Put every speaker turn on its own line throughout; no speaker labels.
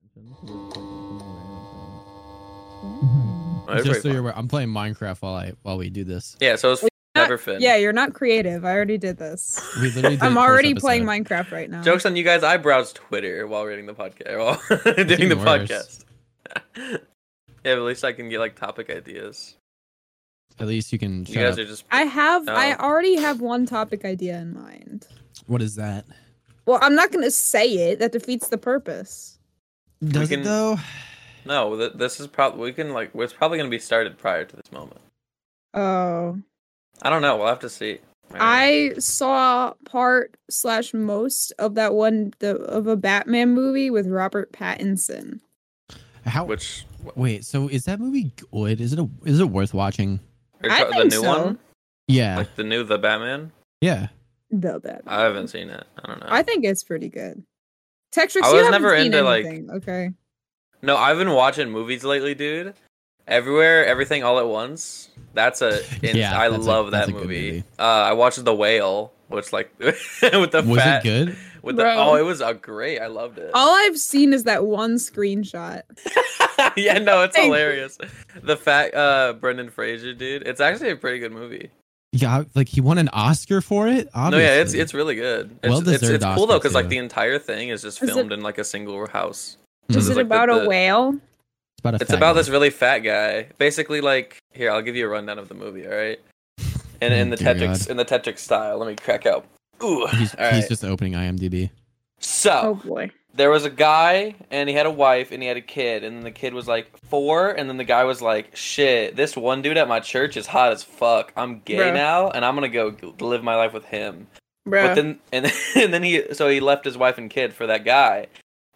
options. It's like an all-around thing.
It's
It's
just so
pretty
you're aware, I'm playing Minecraft while I while we do this.
fun. yeah, so it's
Well,
never
not-
Finn.
Yeah, you're not creative. I already did this.
We literally did
I'm
the first
already playing
episode.
Minecraft right now.
Jokes on you guys. I browsed Twitter while reading the podcast. While doing the
even worse.
podcast. yeah, but at least I can get like topic ideas.
At least you can.
You
Mm, shut
guys
up.
are just.
I have. I
Oh.
already have one topic idea in mind.
What is that?
Well, I'm not gonna say it. That defeats the purpose.
Does
can-
it though?
No, th- this is probably we can like it's probably gonna be started prior to this moment.
Oh,
I don't know. We'll have to see.
I saw part slash most of that one the, of a Batman movie with Robert Pattinson.
How?
which
Wait. So is that movie good? Is it a? Is it worth watching?
are you
I
talking- the
think
new
so.
one,
Yeah.
like the new the Batman.
yeah.
The Batman.
I haven't seen it. I don't know.
I think it's pretty good. Textrix,
I
you
was
haven't
never
seen
into, like-
anything. Okay.
no, I've been watching movies lately, dude. Everywhere, everything, all at once. That's a. ins-
Yeah,
I
that's a-
love
that's
that
a good
movie.
movie.
Uh, I watched The Whale, which like with the
Was it
fat,
good?
With the
Bro. Oh.
oh, it was a great. I loved it.
All I've seen is that one screenshot.
yeah, no, it's
Thank you.
hilarious. The fat uh Brendan Fraser dude. It's actually a pretty good movie.
Yeah. Like he won an Oscar for it. Obviously.
No, yeah, it's it's really good. It's, it's,
Well-deserved
it's cool though
Oscar,
because like
too.
the entire thing is just
Is it-
filmed in like a single house.
So
Is
there's,
it
like, the-
about
the-
a whale?
It's Hmm. about a.
It's
fat
about
guy.
this really fat guy. Basically, like here, I'll give you a rundown of the movie. All right, and in the
Dear
Tetrix in the Tetrix style. Let me crack out. Ooh, all
He's,
right.
he's just opening IMDb.
so
Oh boy.
there was a guy and he had a wife and he had a kid and then the kid was like four and then the guy was like shit this one dude at my church is hot as fuck i'm gay
Bruh.
now and i'm gonna go g- live my life with him
Bro.
but then and, then- and then he so he left his wife and kid for that guy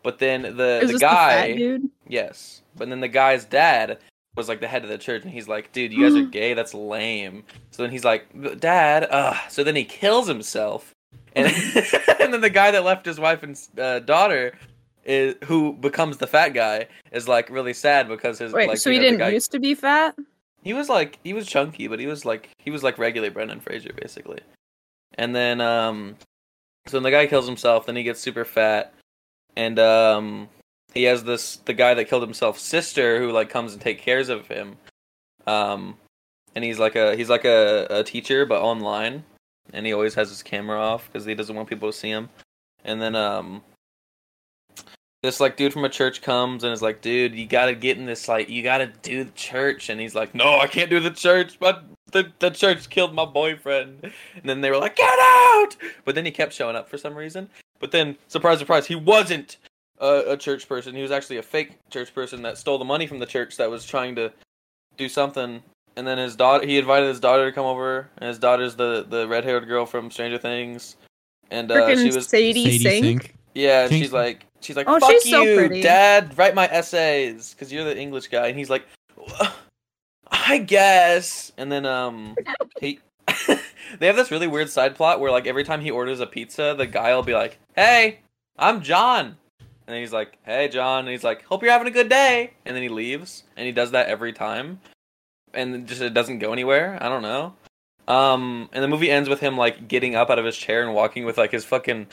but then the
Is
the
this the
guy
fat dude?
yes but then the guy's dad was like the head of the church and he's like dude you guys are gay that's lame so then he's like dad uh so then he kills himself and, and then the guy that left his wife and uh, daughter is who becomes the fat guy is like really sad because his
Wait,
like
so
you
he
know, the
didn't
guy-
used to be fat?
he was like he was chunky, but he was like he was like regular Brendan Fraser basically. And then um so then the guy kills himself, then he gets super fat and um he has this the guy that killed himself sister who like comes and take cares of him. Um and he's like a he's like a, a teacher but online and he always has his camera off cuz he doesn't want people to see him. And then um this like dude from a church comes and is like, dude, you gotta get in this like you gotta do the church and he's like, No, I can't do the church, but the, the church killed my boyfriend and then they were like, Get out But then he kept showing up for some reason. But then surprise surprise, he wasn't a, a church person. He was actually a fake church person that stole the money from the church that was trying to do something and then his daughter he invited his daughter to come over and his daughter's the, the red haired girl from Stranger Things. And uh, she
Freaking
was
Sadie, Sink.
yeah, and
Think-
she's like, she's like,
Oh,
fuck
she's
you,
so pretty."
Dad. Write my essays because you're the English guy. And he's like, I guess. And then um, he they have this really weird side plot where like every time he orders a pizza, the guy will be like, Hey, I'm John. And then he's like, Hey, John. And he's like, Hope you're having a good day. And then he leaves, and he does that every time, and it just it doesn't go anywhere. I don't know. Um, and the movie ends with him like getting up out of his chair and walking with like his fucking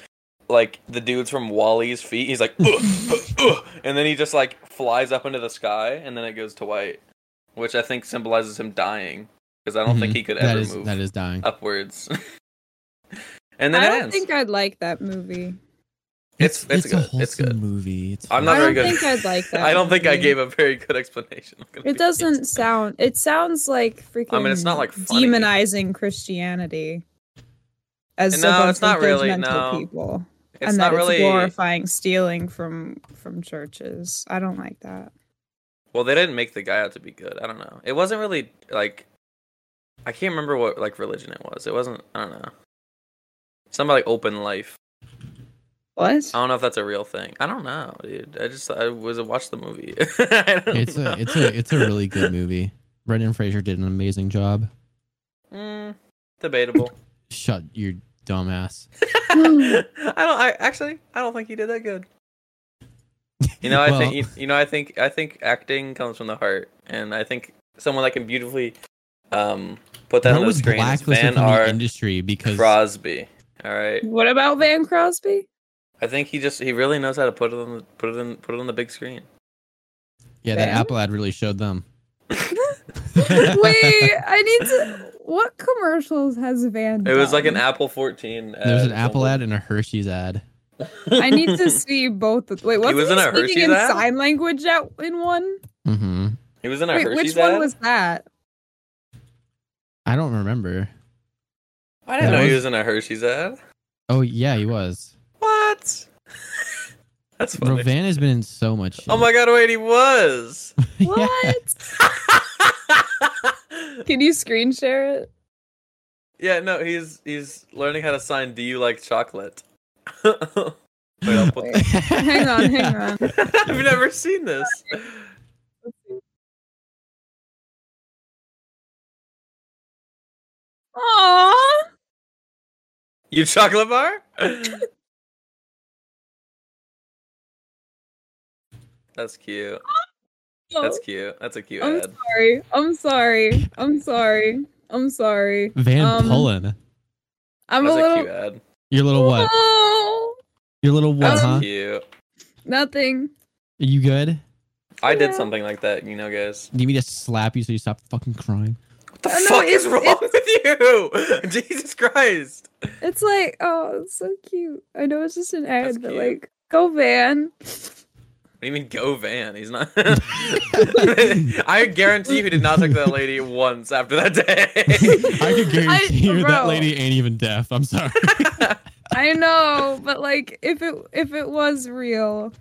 like the dudes from Wally's feet. He's like, "Ugh, ugh, ugh," and then he just like flies up into the sky, and then it goes to white, which I think symbolizes him dying because I don't think
Mhm.
he could
That
ever
is-
move Uh,
That is dying.
upwards. and then
I
it
don't
ends.
think I'd like that movie.
It's- it's
a
good, it's
wholesome
good.
movie. It's
I'm not
I
very
don't
good.
think I'd like that
I don't think I
movie.
gave a very good explanation. I'm gonna
It
be
doesn't
honest.
sound. It sounds like freaking.
it's not, like, funny.
demonizing Christianity. As
No,
a bunch
it's not
of
really,
judgmental
no.
People,
It's
and
not
that
really.
it's glorifying stealing from from churches. I don't like that.
Well, they didn't make the guy out to be good. I don't know. It wasn't really like. I can't remember what like religion it was. It wasn't. I don't know. Something like open life.
What?
I don't know if that's a real thing. I don't know, dude. I just I was watched the movie. I don't
It's
know.
a it's a it's a really good movie. Brendan Fraser did an amazing job.
Mm, debatable.
Shut your dumbass.
I don't. I actually I don't think he did that good. You know, I think you,
Well-
you know, I think I think acting comes from the heart, and I think someone that can beautifully um, put that,
That
on the
was
screen is
blacklisted
Van
from the
R.
industry because
Crosby. All right,
What about Van Crosby?
I think he just he really knows how to put it on the put it in put it on the big screen.
Yeah, that
Ben?
Apple ad really showed them.
Wait, I need to. What commercials has Van?
It was like an
done?
Apple 14. Ad.
There's an Apple ad and a Hershey's ad.
I need to see both. Of, wait, wasn't
was in
he
a
speaking
Hershey's
in
ad?
sign language out in one?
hmm
He was in a
Wait,
Hershey's
which one
ad?
was that?
I don't remember.
I didn't
that
know he
was-
was in a Hershey's ad.
Oh yeah, he was.
What? That's funny.
Rovan has been in so much. Shit.
Oh my god! Wait, he was.
Yeah.
What? Can you screen share it?
yeah, no, he's he's learning how to sign. Do you like chocolate? Wait, I'll put-
Wait, hang on, hang on.
I've never seen this.
Aww.
You chocolate bar? That's cute. That's cute. That's a cute
Oh. I'm
ad.
sorry. I'm sorry. I'm sorry. I'm sorry.
Van
Um,
Pullen.
I'm
That's
a
a,
little.
cute ad.
Your little what?
Oh,
Your little what?
That's
huh? Are
cute.
nothing.
you good?
I did
Yeah.
something like that, you know, guys.
Do you need me to slap you so you stop fucking crying?
What the
Oh, no,
fuck
it's-
is wrong with you? Jesus Christ.
It's like, oh, it's so cute. I know it's just an ad,
That's
but
cute.
like, go Van.
What do you mean go van? He's not. I guarantee you, he did not take that lady once after that
I
day.
can guarantee
I-
you that
bro.
lady ain't even deaf. I'm sorry.
I know, but like, if it if it was real,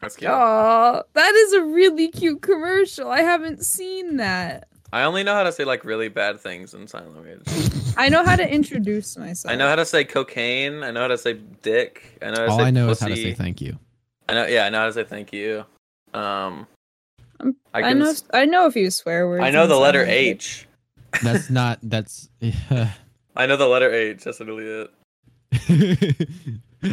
That's cute.
oh, that is a really cute commercial. I haven't seen that.
I only know how to say like really bad things in sign language.
I know how to introduce myself.
I know how to say cocaine. I know how to say dick. I know. How to
All
say
I know
pussy.
is how to say thank you.
I know. Yeah, I know how to say thank you. Um,
I'm-
I,
I
can
know.
s-
I know a few swear words.
I know
in
the
sign
letter
language.
H.
That's not. That's.
I know the letter H. That's literally it.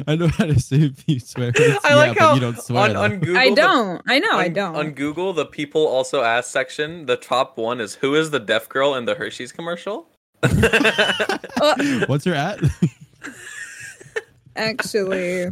I know how to say if you swear. words.
I like
yeah,
how
but you don't swear.
on,
though.
on Google.
I
the-
don't. I know. I
on-
don't.
On Google, the people also ask section, the top one is who is the deaf girl in the Hershey's commercial? oh
What's her at?
Actually,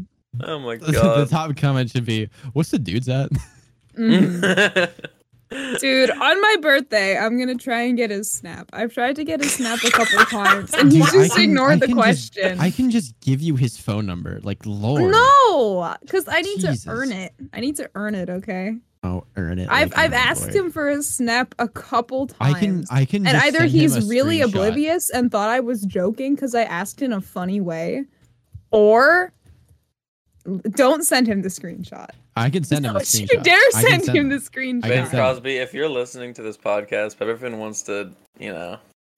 my
the
god.
top comment should be, "What's the dude's at?"
mm. dude, on my birthday, I'm gonna try and get his snap. I've tried to get his snap a couple times, and he
Dude, I
just
can- I
ignored the
can just-
question.
I can just give you his phone number. Like, Lord,
No, because I need
Jesus.
to earn it. I need to earn it. Okay.
I'll earn it.
I've
like
I've
my
asked
boy.
him for his snap a couple
I
times.
can. I can.
and
just
either
send him
he's
a
really
screenshot.
oblivious and thought I was joking because I asked in a funny way, or don't send him the screenshot.
I can send him a
Don't you
screenshot.
dare
I can
send him the
I can
Ben
send-
screenshot.
Crosby, if you're listening to this podcast, if everyone wants to, you know,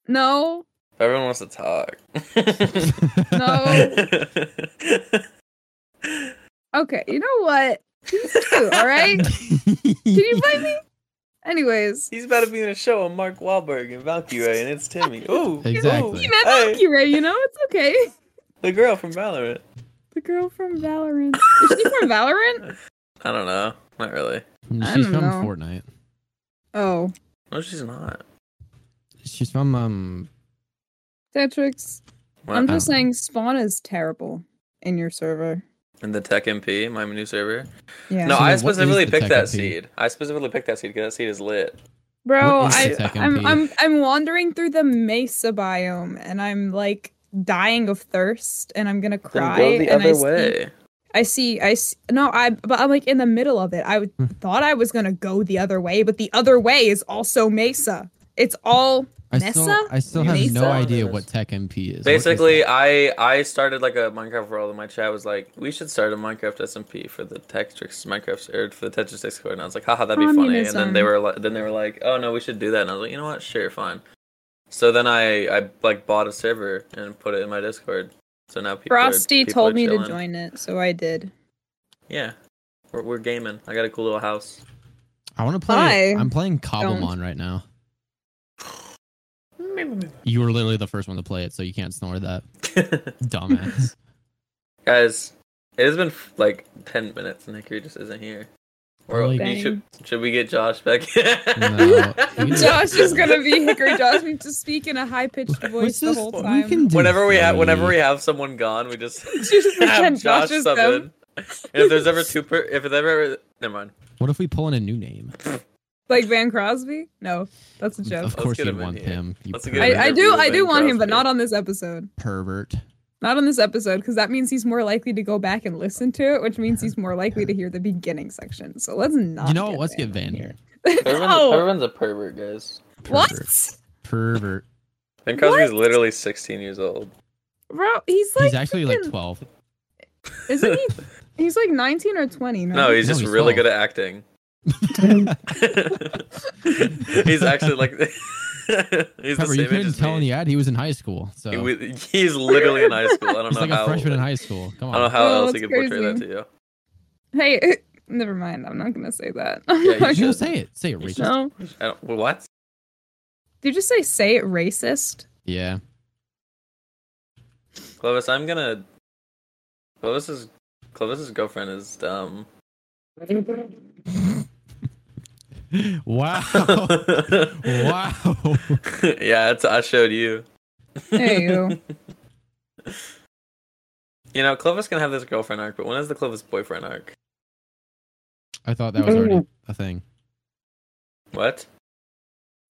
No,
if everyone wants to talk.
No. Okay, you know what? He's cute, all right? Can you blame me? Anyways,
He's about to be in a show on Mark Wahlberg and Valkyrie, and it's Timmy. Ooh,
Exactly.
he
ooh,
met
Hey.
Akira, you know? It's okay.
the girl from Valorant.
The girl from Valorant. Is she from Valorant?
I don't know, not really.
I
She's
don't
from
know.
Fortnite.
Oh,
No, she's not.
She's from um.
Tetrix.
Wow.
I'm just saying Spawn is terrible in your server.
In the Tech MP, my new server.
Yeah.
No,
So
I
what is
specifically
the
picked
Tech
that
MP?
seed. I specifically picked that seed because that seed is lit.
Bro,
What is
I,
the tech
I'm,
MP?
I'm I'm wandering through the mesa biome and I'm like dying of thirst and I'm gonna cry. and I see- I see. I see, no. I but I'm like in the middle of it. I would-
Hmm.
thought I was gonna go the other way, but the other way is also Mesa. It's all
I
Nessa?
still. I still have
Mesa?
no idea what Tech MP is. What is
Basically,
that?
I I started like a Minecraft world, and my chat was like, "We should start a Minecraft SMP for the Tetrix Minecraft or for the Tetris Discord." And I was like, "Haha, that'd be funny." And then they
Communism.
were like, then they were like, "Oh no, we should do that." And I was like, "You know what? Sure, fine." So then I I like bought a server and put it in my Discord. So now people are-
Frosty
people are
told me to
chilling.
join it, so I did.
Yeah, we're, we're gaming. I got a cool little house.
I want to play.
I
I'm playing Cobblemon right now.
Hmm.
You were literally the first one to play it, so you can't snore that, dumbass.
Guys, it has been f- like ten minutes, and Hickory just isn't here. Or
Like-
you should, should we get Josh back?
No. We just-
Josh is gonna be Hickory Josh needs to speak in a high pitched voice
What's
the
this?
whole
We
time.
can do
whenever we have whenever we
three.
have someone gone, we just
Just
have
pretend
Josh
Josh is
sub in.
them.
And if there's ever two per, if there's ever never mind.
What if we pull in a new name?
Like Van Crosby? No, that's a joke.
Of course
get
you
him in
want
here.
him. You
Let's get him
I,
in
pervert.
I do I do
Van
want him, but
Crosby.
not on this episode.
pervert.
Not on this episode, because that means he's more likely to go back and listen to it, which means he's more likely to hear the beginning section. So let's not.
You know what? Let's get Van here.
no.
a pervert, guys.
What?
Pervert. Pervert.
And Crosby's
What?
literally 16 years old.
Bro, he's like
He's actually like
freaking-
12.
Isn't he? He's like 19 or 20. No,
No, he's
No,
just
he's
really
12.
good at acting. he's actually like he's the
Trevor, you
same age
couldn't
as
tell in
me.
the ad he was in high school. So
He wa- he's literally in high school. I don't
he's
know
like
how.
a freshman in high school. Come
I don't know
on.
how
Oh,
else he
that's
could portray that
crazy.
to you.
Hey, never mind. I'm not gonna say that.
Yeah, you
You
should.
say it. Say it,
You
Rachel.
no.
I don't, well, what?
Did you just say say it racist?
Yeah.
Clovis, I'm gonna. Clovis's Clovis's girlfriend is dumb.
wow.
wow.
wow.
yeah, it's, I showed you.
Hey, you.
You know, Clovis can have this girlfriend arc, but when is the Clovis boyfriend arc?
I thought that was already a thing.
What?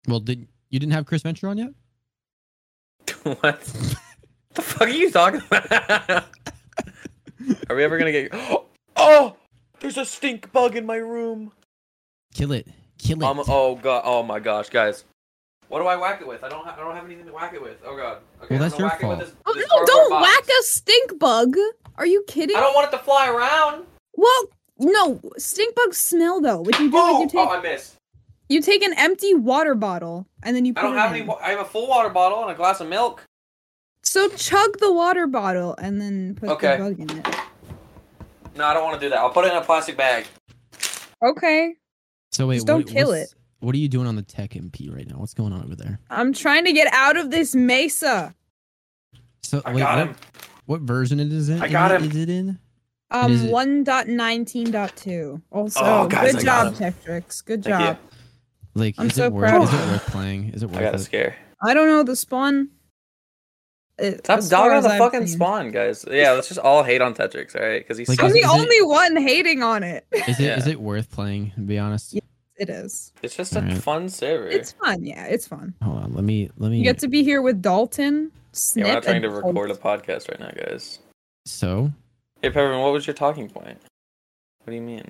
Well, did you didn't have Chris Venture on yet?
what? the fuck are you talking about? are we ever gonna get? Oh, there's a stink bug in my room.
Kill it. Kill it.
Um, oh god. Oh my gosh, guys. What do I whack it with? I don't. Ha- I don't have anything to whack it with. Oh god.
Well,
Okay, I'm
that's
gonna
your
whack it with
fault.
this-
Oh
this
no! Don't
cardboard
whack
box.
a stink bug. Are you kidding?
I don't want it to fly around.
Well, no. Stink bugs smell though. What you do
Oh,
is you
oh,
take
I missed.
you take an empty water bottle and then you put
I don't
it
have
in.
any. wa- I have a full water bottle and a glass of milk.
so chug the water bottle and then put
Okay.
the bug in it.
No, I don't want to do that. I'll put it in a plastic bag.
Okay.
so wait,
just don't
what-
kill
what's- What are you doing on the tech MP right now? What's going on over there?
I'm trying to get out of this mesa.
So
I
wait,
got
what,
him.
what version it is in?
I got
in-
him.
Is it in?
Um,
is it?
1.19.2 also.
Oh, guys,
Good
I got
job, Tetrix. Good
Thank you.
job.
Like,
I'm
is
so
it worth?
proud.
Is it worth playing? Is it
I
worth
got a
it?
scare.
I don't know the spawn. it-
Stop
as far
dogging on
as
the
I've
fucking
seen.
spawn, guys. Yeah, let's just all hate on Tetrix, all right? Because he's
Like,
I'm
Is
the
it-
only one hating on it.
Is it? Is
Yeah.
it worth playing? To be honest.
Yeah. It is.
it's just a
Alright.
fun server.
It's fun. Yeah, it's fun.
Hold on. Let me. Let me.
You get to be here with Dalton.
yeah,
Snip,
we're not trying
and
to
Dalton.
record a podcast right now, guys.
so
Hey, Pepperman, what was your talking point? What do you mean?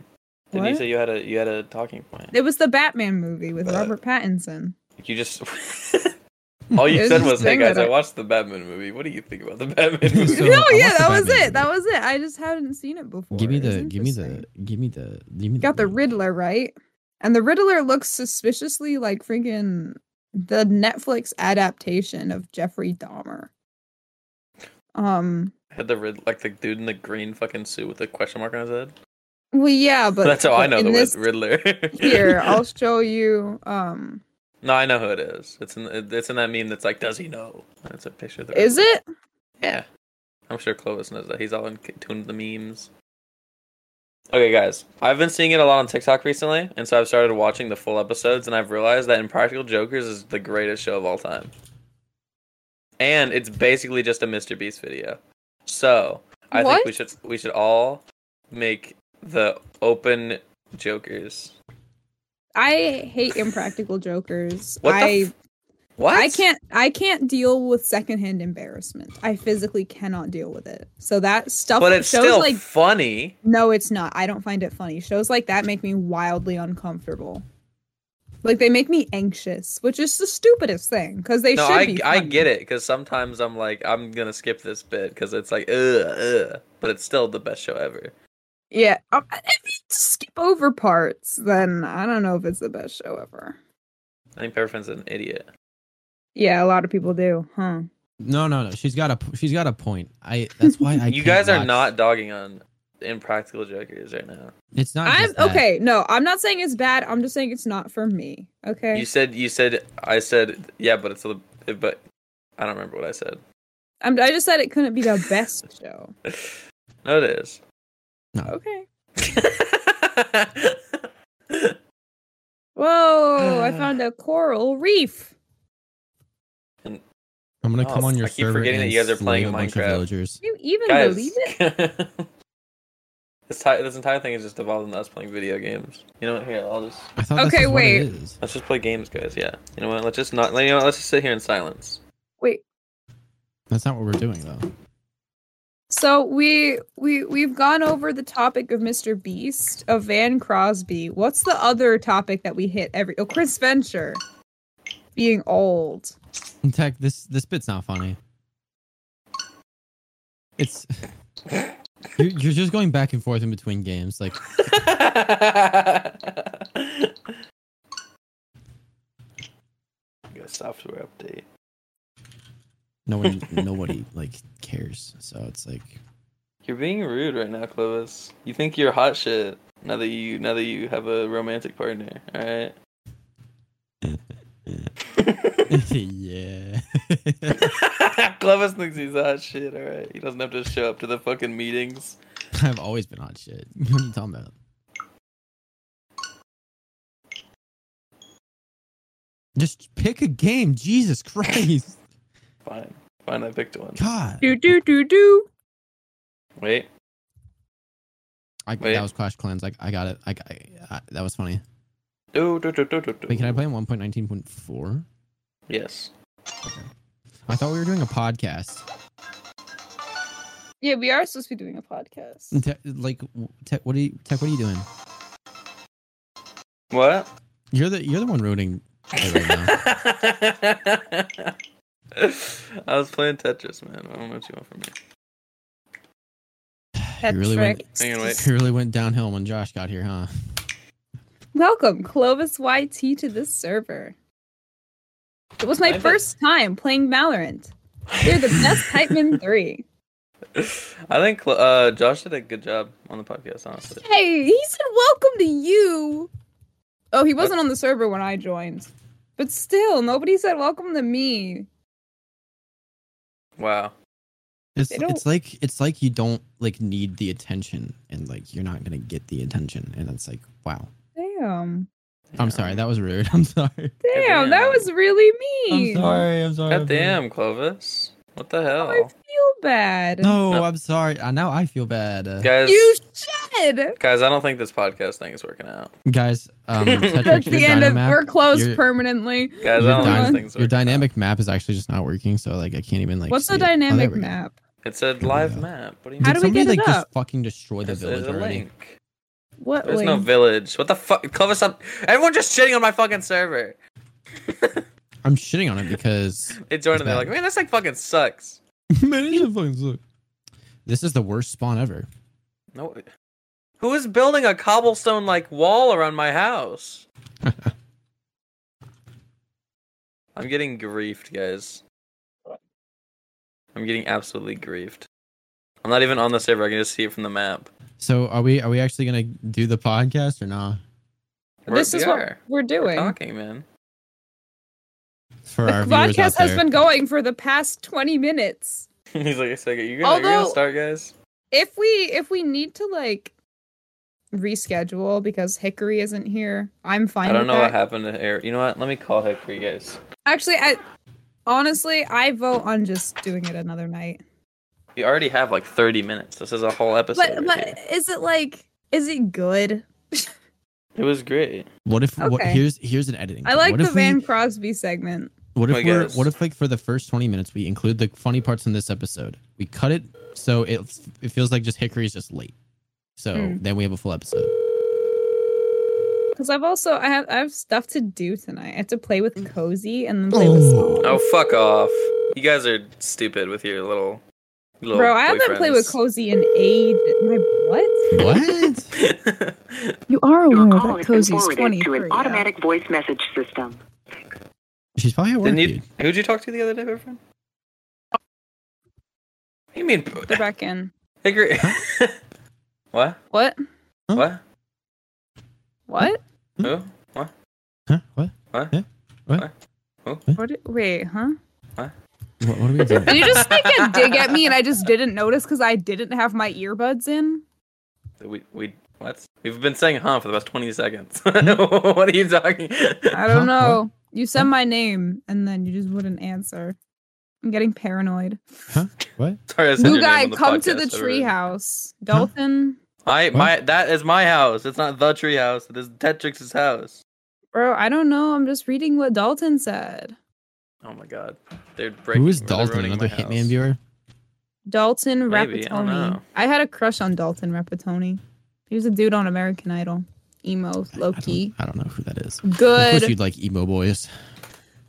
Did you
What?
say you had a you had a talking point?
It was the Batman movie with
Uh,
Robert Pattinson.
You just all you
It was
said
this
was, "Hey
thing
guys,
that
I
I-
watched the Batman movie. What do you think about the Batman
So- I
no,
movie?"
yeah,
watched
that
the
was
Batman
it. That was it. I just hadn't seen it before.
give me
It was
the. Give me
interesting.
the. Give me the. Give me
got the
link.
Riddler right, and the Riddler looks suspiciously like freaking the Netflix adaptation of Jeffrey Dahmer. Um.
Had the red, like the dude in the green fucking suit with a question mark on his head.
Well, yeah, but
That's how I
but
know
in
the
this-
Rid- Riddler.
Here, I'll show you. Um,
no, I know who it is. It's in it's in that meme that's like, "Does he know?" That's a picture. Of the
is
Riddler.
it?
Yeah. I'm sure Clovis knows that. He's all in tune with the memes. Okay, guys. I've been seeing it a lot on TikTok recently, and so I've started watching the full episodes, and I've realized that Impractical Jokers is the greatest show of all time. And it's basically just a Mr. Beast video. So I think we
What?
should we should all make the open jokers.
I hate impractical jokers.
What the
I
f- What?
I can't I can't deal with secondhand embarrassment. I physically cannot deal with it. So that stuff
But it's
shows
still
like
funny.
No, it's not. I don't find it funny. Shows like that make me wildly uncomfortable. Like they make me anxious, which is the stupidest thing because they
no,
should
I,
be.
I
funny.
get it because sometimes I'm like I'm gonna skip this bit because it's like ugh, ugh, but it's still the best show ever.
Yeah, uh, if you skip over parts, then I don't know if it's the best show ever.
I think Pepperfin's an idiot.
Yeah, a lot of people do, huh?
No, no, no. She's got a. She's got a point. I. That's why I.
you
can't
guys are
watch-
not dogging on impractical jokers right now.
It's not.
I'm
just that.
okay. No, I'm not saying it's bad. I'm just saying it's not for me. Okay,
You said you said I said yeah, but it's the but I don't remember what I said.
I'm, I just said it couldn't be the best show.
No, it is.
Okay. found a coral reef.
I'm gonna
Oh,
come on your
I keep
server
forgetting
and
that you guys are
slay
playing
a bunch
Minecraft.
of villagers.
Can you even
Guys,
believe it?
this, ti- this entire thing is just evolving us playing video games. You know what? Here, I'll just
I thought
Okay,
this is what it is.
let's just play games, guys. Yeah. You know what? Let's just not. You know, what? let's just sit here in silence.
Wait.
That's not what we're doing though.
So we we we've gone over the topic of Mr. Beast of Van Crosby. What's the other topic that we hit every? Oh, Chris Venture, being old.
In fact, this this bit's not funny. It's you're, you're just going back and forth in between games. Like
Got a software update.
no one, nobody like cares. So it's like
You're being rude right now, Clovis. You think you're hot shit now that you now that you have a romantic partner. All right.
yeah.
Clovis thinks he's hot shit. All right. He doesn't have to show up to the fucking meetings.
I've always been hot shit. What are you talking about? Just pick a game, Jesus Christ!
Fine. Fine. I picked one.
God,
Do do do do.
Wait.
I,
Wait.
that was Clash Clans. Like I got it. I, I, I that was funny.
Do, do, do, do, do, do.
Wait, can I play in one point nineteen point four?
Yes.
I thought we were doing a podcast.
Yeah, we are supposed to be doing a podcast.
Te- like, w- Tech, what are you, Tech? What are you doing?
What?
You're the you're the one ruining it right now.
I was playing Tetris, man. I don't know what you want from me.
you really went
Hang on, wait.
you really went downhill when Josh got here, huh?
Welcome, Clovis YT, to this server. It was my
I bet-
first time playing Valorant. You're the best Hypeman 3.
I think Clo- uh, Josh did a good job on the podcast, honestly.
Hey, he said welcome to you. Oh, he wasn't on the server when I joined. But still, nobody said welcome to me.
Wow.
It's
They don't-
it's like it's like you don't like need the attention, and like you're not gonna get the attention, and it's like wow.
Damn.
I'm sorry, that was rude. I'm sorry.
Damn,
Goddamn.
that was really
I'm
mean.
sorry. I'm sorry. I'm sorry.
God damn, Clovis. What the
I feel
hell?
bad.
No,
No.
I'm sorry. I now I feel bad, uh,
Guys,
You should.
guys, I don't think this podcast thing is working out.
guys. Um, Tetris,
That's
your
the end of.
Dynamap-
We're closed
your-
permanently.
Guys,
your
I don't think
dyna-
this thing's working
your dynamic map is actually just not working, so like I can't even like.
What's
see it.
the
Oh, there
dynamic
we go.
map?
out. It's a live map. What do you
Did
How
mean?
do
somebody
we get it
like just
up?
fucking destroy the
There's,
village
there's a
already?
link.
What?
There's no
link?
village. What the fuck? Clovis, up. Everyone just shitting on my fucking server.
I'm shitting on it because
They
It's
joined and they're
bad.
like, man, this thing fucking sucks.
This is the worst spawn ever.
No. Who is building a cobblestone like wall around my house? I'm getting griefed, guys. I'm getting absolutely griefed. I'm not even on the server. I can just see it from the map.
So are we are we actually gonna do the podcast or nah?
We're-
this
we
is what
are.
we're
We're
doing.
talking, man.
For
the
our viewers out
podcast has
there.
been going for the past 20 minutes.
He's like, "So you gonna, you gonna
Although-
start, guys?"
If we if we need to like reschedule because Hickory isn't here, I'm fine
I don't
with
know
that.
what happened to Eric. You know what? Let me call Hick for you guys.
Actually, I honestly I vote on just doing it another night.
We already have like 30 minutes. This is a whole episode.
But
right here.
but is it like is it good?
It was great.
what if what,
Okay.
here's here's an editing.
I
thing.
like
what
the
if we-
Van Crosby segment.
What if
I
we're,
guess.
what if like for the first twenty minutes we include the funny parts in this episode? We cut it so it it feels like just Hickory's just late. So
Mm.
then we have a full episode.
Because I've also I have I have stuff to do tonight. I have to play with Cozy and then play with
Oh fuck off! You guys are stupid with your little. little
Bro, I haven't played with
boyfriends.
Cozy in ages. My what?
What?
You are
Your
aware that
call has been
Cozy's
forwarded to
23.
an automatic voice message system.
She's probably at work.
Didn't you,
dude.
who'd you talk to the other day, boyfriend? What do you mean? bro-
They're back in.
Hickory. what?
What?
What?
What?
Who?
Huh? What?
what? did- Wait, huh?
What, what are we doing?
Did you just like a dig at me and I just didn't notice because I didn't have my earbuds in?
We we What? We've been saying huh for the past 20 seconds.
Hmm?
what are you talking?
I don't
Huh?
know. You said my name and then you just wouldn't answer. I'm getting paranoid.
What?
Sorry, I said
Blue
your name
guy,
on the
come to the
podcast already.
treehouse. Dalton,
I my that is my house. It's not the tree house. It is Tetrix's house.
bro, I don't know. I'm just reading what Dalton said.
Oh my god. They're breaking.
Who is
they're
Dalton?
ruining
Another
my
Hitman
house.
viewer?
Dalton
Maybe, I don't
Rapatoni.
know.
I, had a crush on Dalton Rapatoni. He was a dude on American Idol. Emo, low
I
key.
don't, I don't know who that is. I wish
Good.
you'd like emo boys.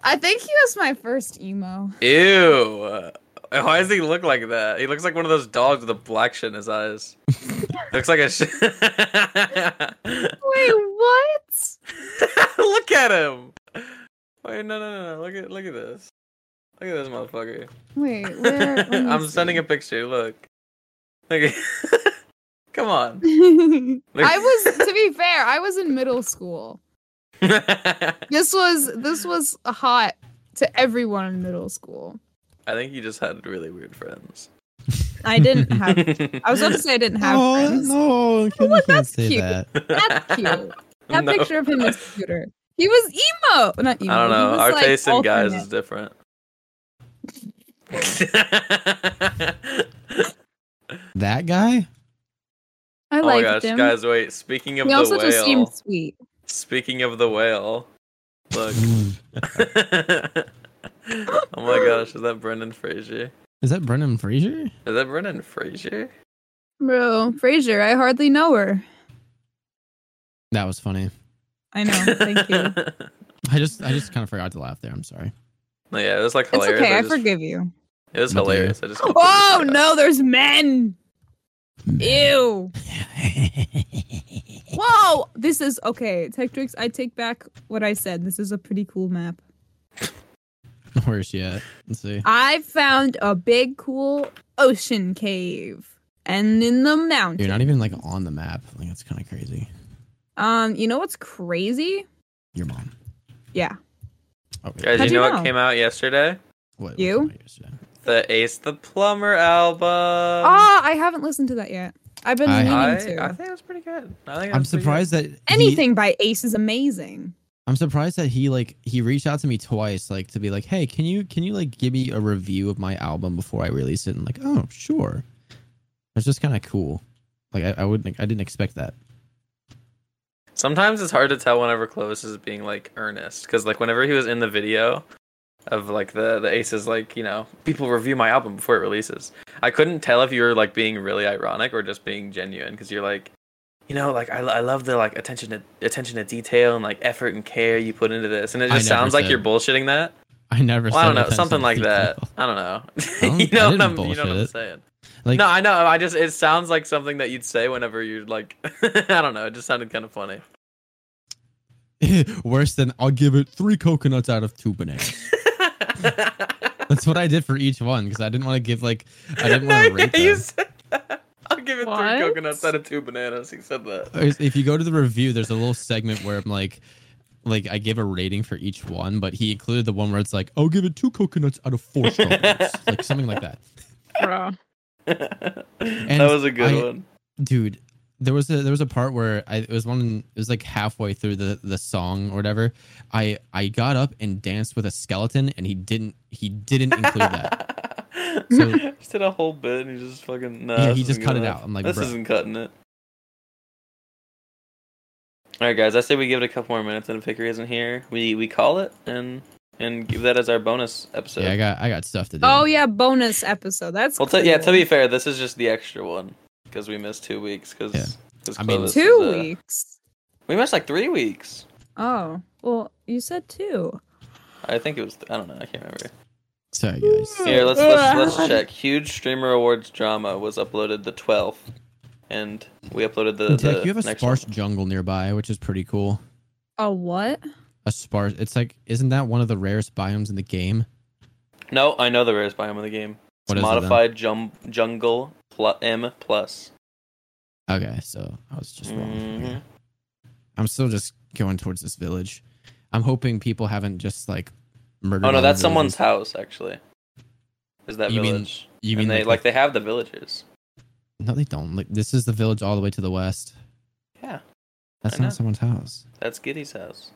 I think he was my first emo.
Ew. Why does he look like that? He looks like one of those dogs with a black shit in his eyes. looks like a shit.
Wait, what?
look at him. Wait, no, no, no, no. Look at look at this. Look at this motherfucker.
Wait, where? let me
I'm
see.
sending a picture. Look. Look. at- Come on. Look-
I was to be fair, I was in middle school.
I
This was this was hot to everyone in middle school.
think you just had really weird friends.
I didn't have I was about to say I didn't have friends.
Oh, no, you
Well,
can't
that's
say
cute.
that.
That's cute. That
No.
picture of him is cuter. He was emo. Not emo.
I don't
He
know.
was,
Our
like,
taste in guys
alternate.
is different.
That guy?
I
oh my
liked
gosh,
him.
guys! Wait. Speaking of
he
the
also
whale.
just seemed sweet.
Speaking of the whale. Look.
Mm.
oh my gosh! Is that Brendan Fraser?
Is that Brendan Fraser?
Is that Brendan Fraser?
Bro, Frasier, I hardly know her.
That was funny.
I know. Thank you.
I just I just kind of forgot to laugh there. I'm sorry.
No, yeah, it was like
it's
hilarious.
okay. I
just,
forgive you.
It was
My dear.
hilarious. I just completely
Oh
forgot.
no, there's men. Ew. Whoa. This is okay. Tectrix, I take back what I said. This is a pretty cool map.
Where's she at? Let's see.
I found a big cool ocean cave. And in the mountain.
You're not even like on the map. Like that's kind of crazy.
um, you know what's crazy?
Your mom.
Yeah.
Okay.
Guys,
How'd
you
you
know, what
know?
came out yesterday?
What- what
you?
was it yesterday?
The Ace the Plumber album.
Ah, I haven't listened to that yet. I've been
I-
meaning
Um, I, I
to.
think it was pretty good. I think it
I'm
was pretty good.
surprised that he-
Anything by Ace is amazing.
I'm surprised that he like he reached out to me twice, like to be like, hey, can you can you like give me a review of my album before I release it? And like, oh sure. It's just kind of cool. Like I, I wouldn't I didn't expect that.
Sometimes it's hard to tell whenever Clovis is being like earnest, because like whenever he was in the video of like the the Aces, like you know, people review my album before it releases. I couldn't tell if you were like being really ironic or just being genuine, because you're like, you know, like I, I love the like attention to attention to detail and like effort and care you put into this, and it
I
just
never
sounds like
said-
you're bullshitting that.
I never.
Well, I
said
don't know,
offensive
something like
detail.
that. I don't know.
don't-
you
I
know what
didn't
I'm, you know what
bullshit
I'm
it.
saying.
Like
no, I know. I just it sounds like something that you'd say whenever you're like, I don't know. It just sounded kind of funny.
worse than I'll give it three coconuts out of two bananas. That's what I did for each one because I didn't want to give like I didn't want to rate
you
them.
said that. I'll give it
What?
three coconuts out of two bananas. He said that.
If you go to the review, there's a little segment where I'm like, like I give a rating for each one, but he included the one where it's like, I'll give it two coconuts out of four strawberries, like something like that.
Bro.
that was a good
I-
one.
dude there was a there was a part where I, it was one it was like halfway through the the song or whatever i i got up and danced with a skeleton and he didn't he didn't include that So-
just did a whole bit and he just fucking no.
Yeah,
this
he just
isn't
cut
good
it
enough.
out. I'm like,
this
"Bruh."
isn't cutting it. All right, guys. I say we give it a couple more minutes, and if Hickory isn't here, we we call it and and give that as our bonus episode.
yeah i got i got stuff to do
Oh yeah, bonus episode. That's
Well, t- yeah. To
cool.
be fair, this is just the extra one because we missed two weeks. Because
Yeah. I mean- this
two
uh,
weeks.
We missed like three weeks.
Oh well, you said two.
I think it was. I don't know. I can't remember.
sorry guys
Here, let's let's, let's check. Huge streamer awards drama was uploaded the twelfth, and we uploaded the.
Tech,
the
you have a
next
sparse
one.
jungle nearby which is pretty cool
A what?
a sparse it's like isn't that one of the rarest biomes in the game
No, I know the rarest biome of the game. It's
What is it, then?
modified jum- jungle pl- M plus.
okay so i was just wrong
Mhm.
i'm still just going towards this village i'm hoping people haven't just like murdered
Oh no,
all
that's
the
someone's
villagers.
house actually. Is that
You mean-
village?
you mean
and they
like
like they have the villagers.
No, they don't. Like this is the village all the way to the west. That's
I know.
not someone's house.
That's Giddy's house.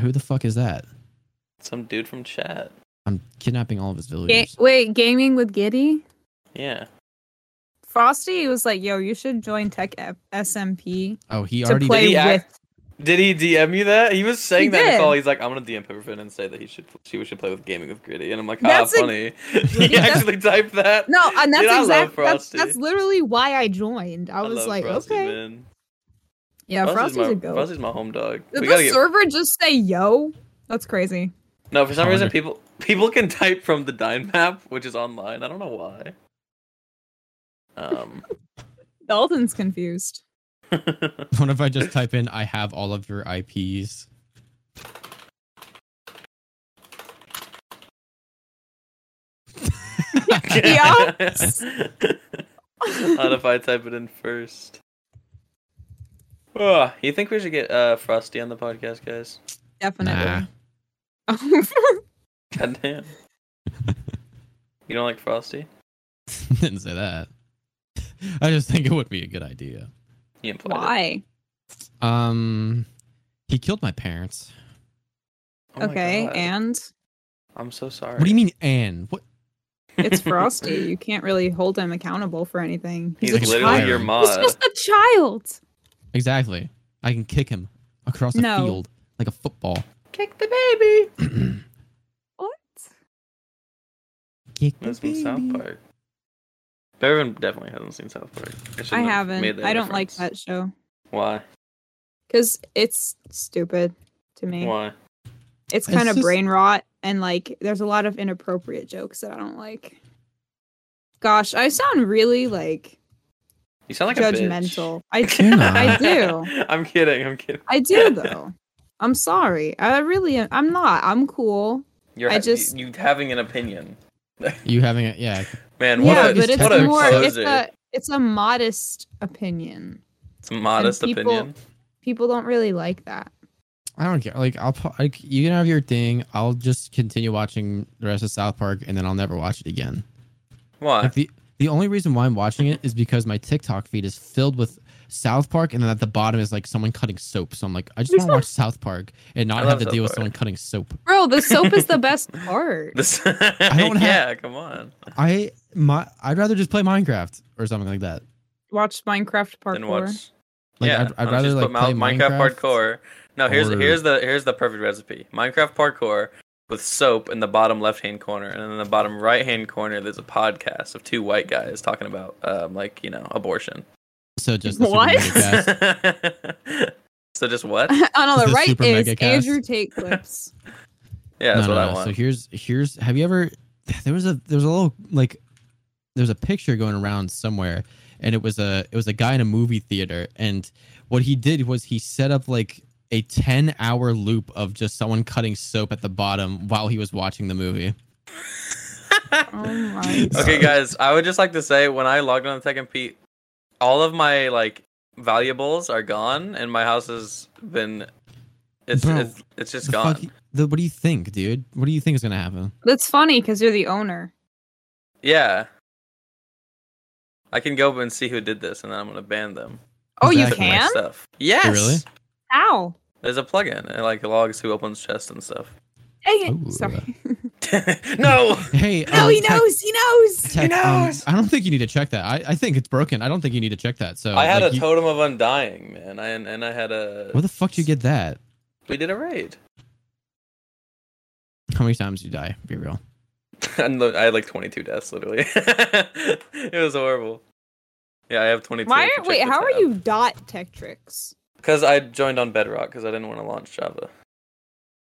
Who the fuck is that?
Some dude from chat.
I'm kidnapping all of his
Ga-
villagers.
wait, gaming with Giddy?
Yeah.
Frosty was like, "Yo, you should join Tech F- SMP
Oh, he
to
already
play
Did he
with."
act- Did he DM you that? He was saying
He
that in the
did.
call. He's like, I'm gonna DM Pepperfin and say that he should she should play with gaming with Gritty. And I'm like, ah,
That's a-
funny. he
that's-
actually typed that.
No, and that's
Dude, I love
exactly that's,
Frosty.
that's literally why I joined. I was
love
like,
Frosty,
okay,
man.
yeah, Frosty's,
my,
a goat.
Frosty's my home dog.
Did
We
the
gotta get,
server just say "yo"? That's crazy.
no, for some reason
Calendar.
people people can type from the Dyn map, which is online. I don't know why. Um,
Dalton's confused.
What if I just type in I have all of your IPs?
Not if I type it in first. Oh, you think we should get uh, Frosty on the podcast, guys?
Definitely.
God damn. you don't like Frosty?
Didn't say that. I just think it would be a good idea.
You implied it.
why?
Um, he killed my parents.
Oh my
okay,
God.
and
I'm so sorry.
What do you mean, and what?
it's Frosty. you can't really hold him accountable for anything.
He's
a
like
literally
child.
child.
your
He's
He's
mod.
just a child.
Exactly. I can kick him across the
No.
field like a football.
Kick the baby.
What?
Kick the
That's from South
baby.
Park. Bevan definitely hasn't seen South Park. shouldn't
I
have
haven't.
made that
I don't like
reference.
that show
Why?
because it's stupid to me.
Why?
It's
It's
kind of
just-
brain rot, and like, there's a lot of inappropriate jokes that I don't like. Gosh, I sound really like
You sound like
judgmental. I
a bitch.
You're not.
I do.
I'm kidding. I'm kidding.
I do though. I'm sorry. I really am. I'm not. I'm cool.
You're
I
ha-
just-
you, you having an opinion.
You having it? Yeah.
Man, what
yeah,
a
but it's
what a
more. It's
poser.
a it's a modest opinion.
It's a modest
people-
opinion.
People don't really like that.
I don't care. Like I'll pu- like you can have your thing. I'll just continue watching the rest of South Park, and then I'll never watch it again.
Why?
Like the the only reason why I'm watching it is because my TikTok feed is filled with South Park, and then at the bottom is like someone cutting soap. So I'm like, I just want to watch South Park and
I
not
love
have to
South
deal with
Park.
someone cutting soap.
Bro, the soap is the best part.
This-
don't have-
yeah, come on.
I my I'd rather just play Minecraft or something like that.
Watch Minecraft parkour.
Then watch.
Like
yeah,
I'd,
why
I'd
don't you
rather
just
like
put
play
Mou- Minecraft, parkour. No, here's
or-
here's the here's the perfect recipe. Minecraft parkour with soap in the bottom left hand corner, and in the bottom right hand corner, there's a podcast of two white guys talking about um, like you know abortion.
So just the Super
What?
Mega Cast.
so just what?
oh no, the,
The
right
Super
is
Megacast.
Andrew Tate clips.
Yeah, that's
no, no,
what I
no.
want.
So here's here's have you ever there was a there's a little like there's a picture going around somewhere and it was a it was a guy in a movie theater and what he did was he set up like a 10 hour loop of just someone cutting soap at the bottom while he was watching the movie.
Oh my.
okay,
God.
guys, I would just like to say when I logged on to Tech and Pete, all of my like valuables are gone, and my house has been it's
Bro,
it's, it's just
The
gone.
fuck- the- what do you think, dude? What do you think is going to happen?
That's funny because you're the owner.
Yeah, I can go and see who did this, and then I'm gonna ban them.
Oh, you
Exactly.
My
can?
stuff. Yes.
really?
How?
There's a plugin. It like logs who opens chests and stuff.
Dang it.
Ooh.
Sorry.
no.
Hey,
No,
um,
he
Oh,
tech-
knows. He knows.
tech, um,
knows!
I don't think you need to check that. I, I think it's broken. I don't think you need to check that. So
I had
like,
a
you-
totem of undying, man. I, and, and I had a.
Where the fuck did you get that?
we did a raid.
How many times did you die? Be real.
And lo- I had like 22 deaths, literally. it was horrible. Yeah, I have 22.
Why are wait? How are you dot tech tricks?
Because I joined on Bedrock because I didn't want to launch Java.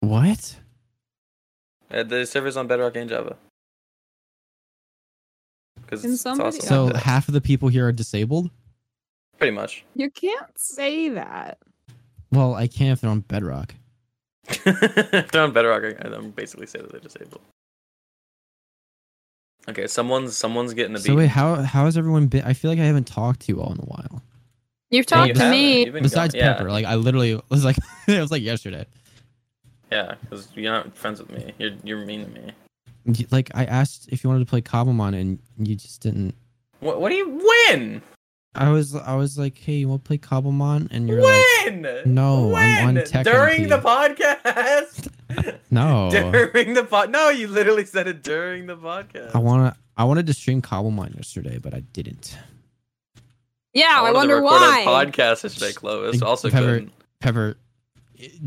What?
Uh, the servers on Bedrock and Java. Because
Can
it's, it's
somebody-
awesome.
So
Yeah.
half of the people here are disabled.
pretty much.
You can't say that.
Well, I can't if they're on Bedrock.
if they're on Bedrock, I- I'm basically saying that they're disabled. Okay, someone's someone's getting a beat.
So wait, how how has everyone been? I feel like I haven't talked to you all in a while.
You've
Yeah,
talked
you
to
haven't.
me.
You've been
Besides
gone. Yeah,
Pepper, like I literally was like it was like yesterday.
Yeah, because you're not friends with me. You're you're mean to me.
You- Like I asked if you wanted to play Cobblemon and you just didn't.
What what do you win?
I was I was like, hey, you want to play Cobblemon? And you're like,
when?
no, I'm on
When?
Tekken Oh.
During the
Key.
podcast.
no,
During the pod. No, you literally said it during the podcast.
I wanna I wanted to stream Cobblemon yesterday, but I didn't.
Yeah, I,
wanted to
wonder
record our
why.
Podcast yesterday, Clovis.
Think
Also
Pepper-
couldn't.
Pepper,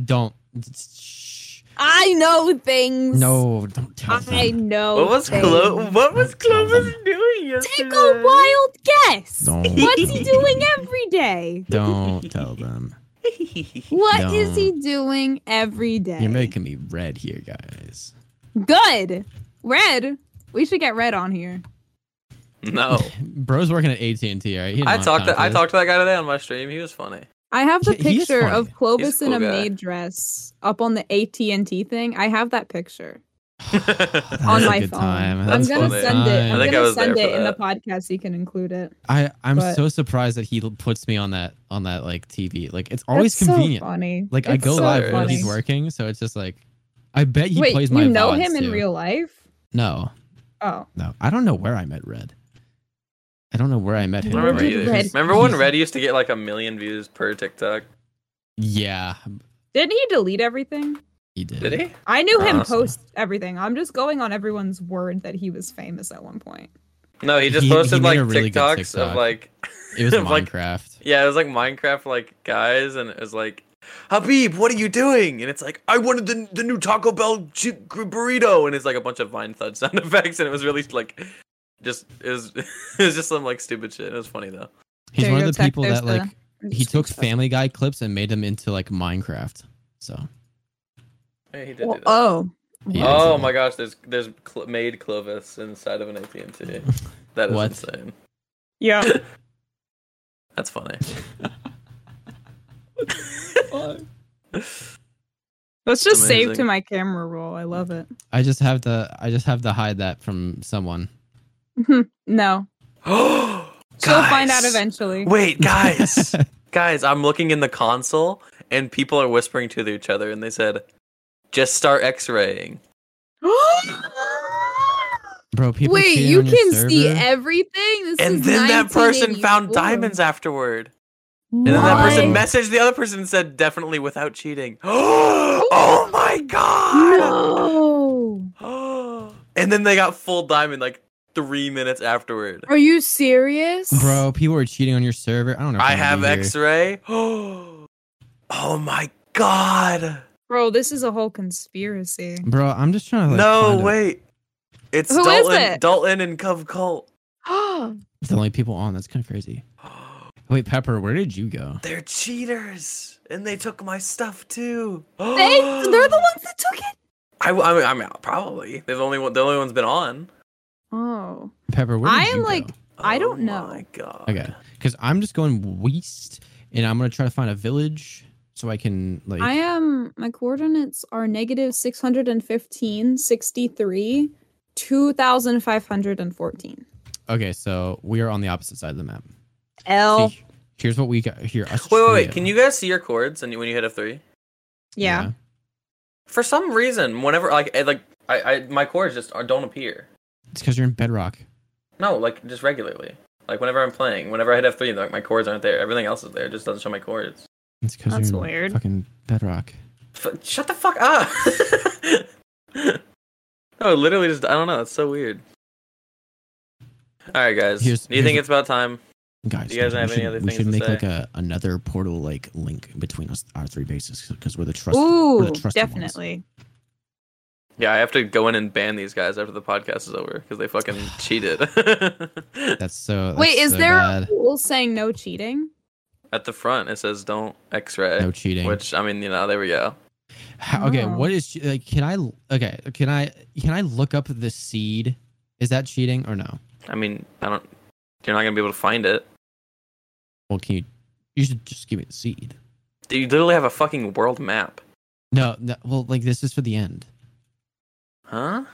don't. Shh.
I know things.
No, don't tell
I
them.
know.
What was
things.
Clo- What was
Tell
Clovis doing yesterday?
Take a wild guess.
Don't.
What's he doing every day?
Don't tell them.
What is
No.
he doing every day?
You're making me red here, guys.
good. Red. We should get red on here.
No,
Bro's working at AT and T, right? He
Oh. I
don't have time
talked. To,
for
I
this.
talked to that guy today on my stream. He was funny.
I have the
He- he is
picture
funny.
of Clovis
He's a cool
in a
guy.
maid dress up on the AT&T thing. I have that picture
That
on
was a
my
good
phone.
time. That
I'm
was a good
gonna
funny.
send it.
time.
I'm
I think I
gonna
was there
send
for
it in the
that.
podcast. You can include it.
I I'm
But-
so surprised that he l- puts me on that on that like TV. Like it's always
That's so
convenient.
funny.
like I
It's
go
so
live
when
while
funny.
he's working, so it's just like I bet he
Wait,
plays
you
my.
know
VODs
him in
too.
real life?
No,
Oh,
no, I don't know where I met Red. I don't know where I met
I
him.
don't remember
Where
Red.
did
either.
Red-
Remember when
he's-
Red used to get like a million views per TikTok?
Yeah,
didn't he delete everything?
he did.
Did he?
I knew him
Uh,
post everything. I'm just going on everyone's word that he was famous at one point.
No, he just
He- he
posted
made
like
a really good
TikToks
TikTok.
of like.
It was
of, like,
Minecraft.
Yeah, it was like Minecraft like guys, and it was like, Habib, what are you doing? And it's like, I wanted the, the new Taco Bell chi- burrito, and it's like a bunch of Vine Thud sound effects, and it was really like, just it was it was just some like stupid shit. It was funny though.
He's
There
one
you
of
go,
the
Tech.
people
There's
that like
the-
he took Family Guy clips and made them into like Minecraft. So
Yeah, he did
Well,
do that.
oh,
yeah,
oh
exactly.
my gosh, there's there's cl- made Clovis inside of an AT&T. That is
What?
insane.
yeah.
That's funny.
That's just saved to
amazing.
my camera roll. I love it.
I just have to I just have to hide that from someone.
No, she'll find out eventually.
Wait, guys. Guys, I'm looking in the console and people are whispering to each other and they said, just start x raying.
Bro, people
Wait,
cheating
you
on your
can see
server?
everything. This
And
is
then that person found
1984.
diamonds afterward. And then that person
What?
messaged the other person and said, definitely without cheating. oh my god!
No.
and then they got full diamond like three minutes afterward.
Are you serious,
Bro, people are cheating on your server. I don't know. if
I
I'm gonna
have
be here.
x ray. oh my god.
Bro, this is a whole conspiracy.
Bro, I'm just trying to like
no,
find a-
wait. It's
Who is
Dalton,
it?
Dalton and Cub Cult.
It's the only people on. That's kind of crazy. Wait, Pepper, where did you go?
They're cheaters, and they took my stuff too.
they, they're the ones that took it.
I, I mean, I'm out, probably. They've only one, the only one's been on.
Oh,
Pepper, where did
I
you
am,
go?
like- I don't know.
Oh my god.
okay, because I'm just going west, and I'm gonna try to find a village so I can like.
I am. My coordinates are negative 615, 63, 2514.
okay, so we are on the opposite side of the map.
L.
See, here's what we got here. Us
Wait, wait, wait.
trio.
Can you guys see your chords and when you hit F three?
yeah.
For some reason, whenever like I- like I, I my chords just are, don't appear.
It's because you're in Bedrock.
No, like just regularly. Like whenever I'm playing, whenever I hit F three, like my chords aren't there. Everything else is there. It just doesn't show my chords.
It's because
That's
you're in
weird.
fucking Bedrock.
F- shut the fuck up. no, it literally just I don't know. It's so weird. All right, guys.
Here's-
Do you think
here's-
it's about time?
Guys,
Do you guys
we
have
should,
any other
we
things
should
to
make
say?
like a another portal like link between us, our three bases, because we're the trust. we're
Ooh,
the trusted ones.
definitely.
Yeah, I have to go in and ban these guys after the podcast is over because they fucking cheated.
That's so. that's
Wait, is
so
there
bad.
a rule saying no cheating?
At the front, it says don't X-ray.
no cheating?
Which I mean, you know, there we go.
How, okay,
No.
what is che- like? Can I okay? Can I can I look up the seed? Is that cheating or no?
I mean, I don't. You're not gonna be able to find it.
Well, can you? You should just give it the seed.
Dude, You literally have a fucking world map,
No, no, well, like this is for the end.
huh?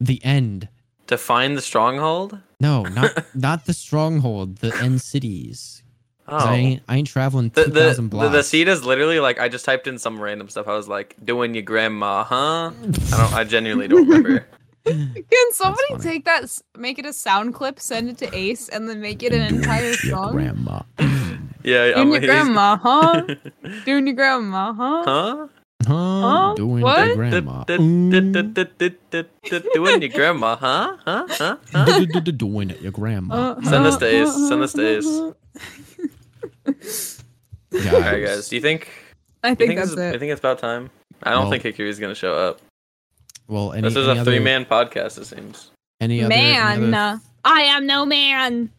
The end.
To find the stronghold.
No, not not the stronghold. The end cities. 'Cause
Oh.
I, ain't, I ain't traveling
the,
two
the,
thousand
the,
blocks.
the seed is literally like I just typed in some random stuff. I was like, doing your grandma, huh? I don't. I genuinely don't remember.
Can somebody
funny.
take that, s- make it a sound clip, send it to Ace, and then make it an entire
Your
song?
grandma.
Yeah,
Doing your
he's-
grandma, huh? Doing your grandma, huh?
huh?
Huh?
Huh?
Doing
What?
the
Du-
grandma. Mm.
du- du- du- du- du- du- du- Doing your grandma, huh? Huh? Huh? Huh?
Doing it, your grandma.
Uh,
Send us
uh,
to Ace.
uh,
Send us to Ace.
uh,
All right, guys. Do you think?
I
you
think that's
this is- I
it.
think it's about time. I don't
Well,
think Hikari's gonna show up.
Well, any,
this is
any
a
other-
three-man podcast. It seems.
Any other, any
Man,
other-
uh, I am no man.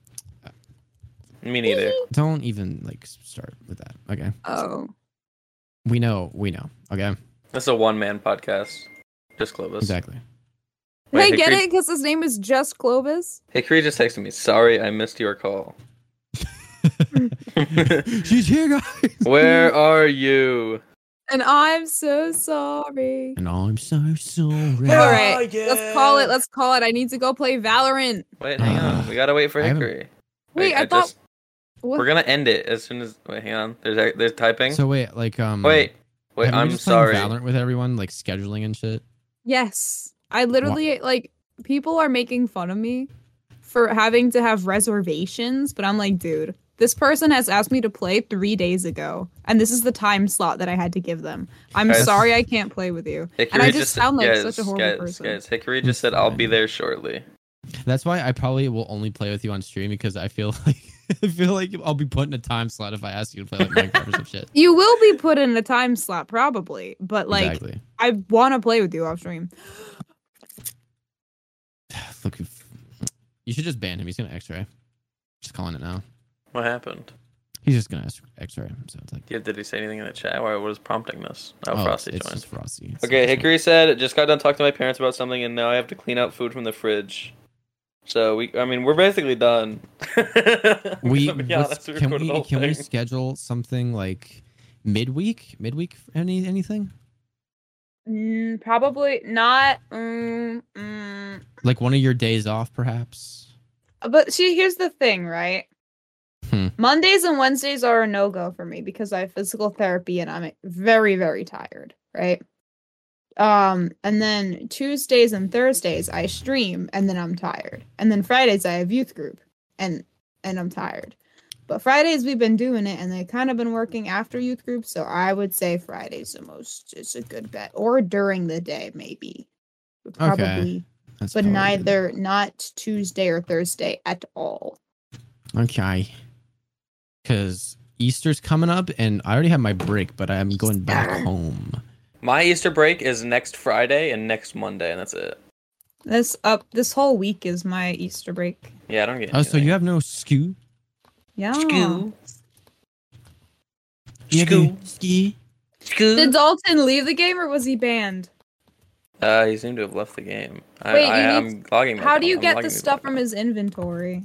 Me neither.
don't even like start with that. Okay,
Oh,
we know, we know. Okay,
This is a one-man podcast. Just Clovis.
exactly.
did
Wait,
I get
Hickory-
it? Because his name is just Clovis.
Hikari just texted me. Sorry, I missed your call.
She's here, guys.
Where are you?
And I'm so sorry.
And I'm so sorry.
All right, let's call it. Let's call it. I need to go play Valorant.
Wait, hang on.
Ah.
We gotta wait for
I haven't-
Hickory.
Wait, I thought-
Just,
What?
we're gonna end it as soon as. Wait, hang on. There's a- there's typing.
So wait, like um.
wait, wait.
haven't we
I'm
just played
sorry.
Valorant with everyone, like scheduling and shit.
Yes, I literally like people are making fun of me for having to have reservations, but I'm like, dude, this person has asked me to play three days ago, and this is the time slot that I had to give them. I'm
Guys.
sorry I can't play with you.
Hickory
And I just sound like
guys,
such a horrible
guys,
person.
Guys, Hickory just said, "I'll be there shortly."
That's why I probably will only play with you on stream because I feel like I feel like I'll be put in a time slot if I ask you to play like Minecraft or some shit.
You will be put in a time slot probably, but like
exactly.
I want to play with you off stream.
Look, if- you should just ban him. He's gonna X-ray. Just calling it now.
What happened?
He's just gonna X-ray. him, So it's like,
Yeah, did he say anything in the chat? Or what is prompting this? Oh,
oh,
Frosty
it's
joined.
just Frosty. It's
Okay,
just-
Hickory said, "Just got done talking to my parents about something, and now I have to clean out food from the fridge." So we, I mean, we're basically done.
We
To be
what's-
honest,
can
recorded the
we
whole
can we
thing.
schedule something like midweek? Midweek? for Any anything?
Mm, probably not. Mm, mm.
Like one of your days off, perhaps.
But see, here's the thing, right?
Hmm.
Mondays and Wednesdays are a no go for me because I have physical therapy and I'm very, very tired, right? Um, and then Tuesdays and Thursdays I stream and then I'm tired. And then Fridays I have youth group and and I'm tired. But Fridays we've been doing it and they kind of been working after youth group, so I would say Fridays the most is a good bet. Or during the day, maybe.
Okay.
Probably
That's
but
probably good.
neither not Tuesday or Thursday at all.
Okay. Because Easter's coming up, and I already have my break, but I'm going back
Easter.
home.
My Easter break is next Friday and next Monday, and that's it.
This up this whole week is my Easter break.
Yeah, I don't get.
Oh, so
anything.
you have no skew?
Yeah.
Scoo.
You have no ski?
Did
Scoo.
Dalton leave the game or was he banned?
Uh, he seemed to have left the game. I,
Wait,
I,
you
I'm
need-
logging.
How
back
do you
on. I'm
get the
logging back
stuff from
on.
his inventory?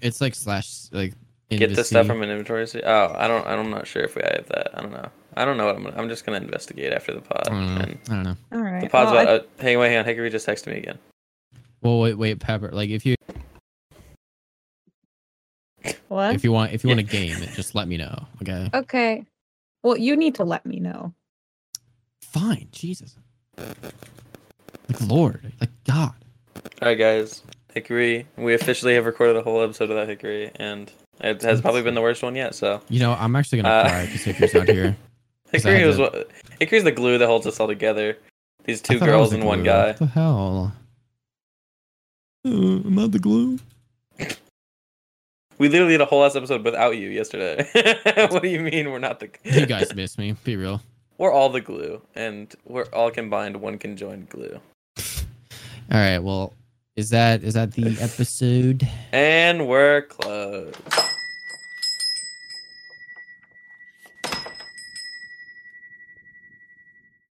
It's like slash like.
Get the
invisy.
stuff from an inventory. se- Oh, I don't. I'm not sure if we have that. I don't know. I don't know what I'm. Gonna, I'm just gonna investigate after the pod.
I don't know.
And
I don't know.
All right.
the pod's
well, I-
about. uh, hang on, hang on. Hickory just texted me again.
Well, wait, wait, Pepper. Like if you
uh,
what?
if you want if you want a game,
Yeah.
just let me know. Okay.
okay. Well, you need to let me know.
Fine. Jesus. Like Lord. Like God.
All right, guys. Hickory, we officially have recorded a whole episode of that Hickory, and it has probably been the worst one yet. So
You know, I'm actually gonna
Uh,
cry because Hickory's not here. Is that
Hickory was
the-
one- Hickory's the glue that holds us all together. These
I
two
thought I was
girls
the
and one
glue.
guy.
What the hell? Uh, am I the glue?
We literally did a whole last episode without you yesterday. what do you mean we're not the?
You guys miss me. Be real.
We're all the glue, and we're all combined one conjoined glue.
All right. Well, is that is that the episode?
And we're closed.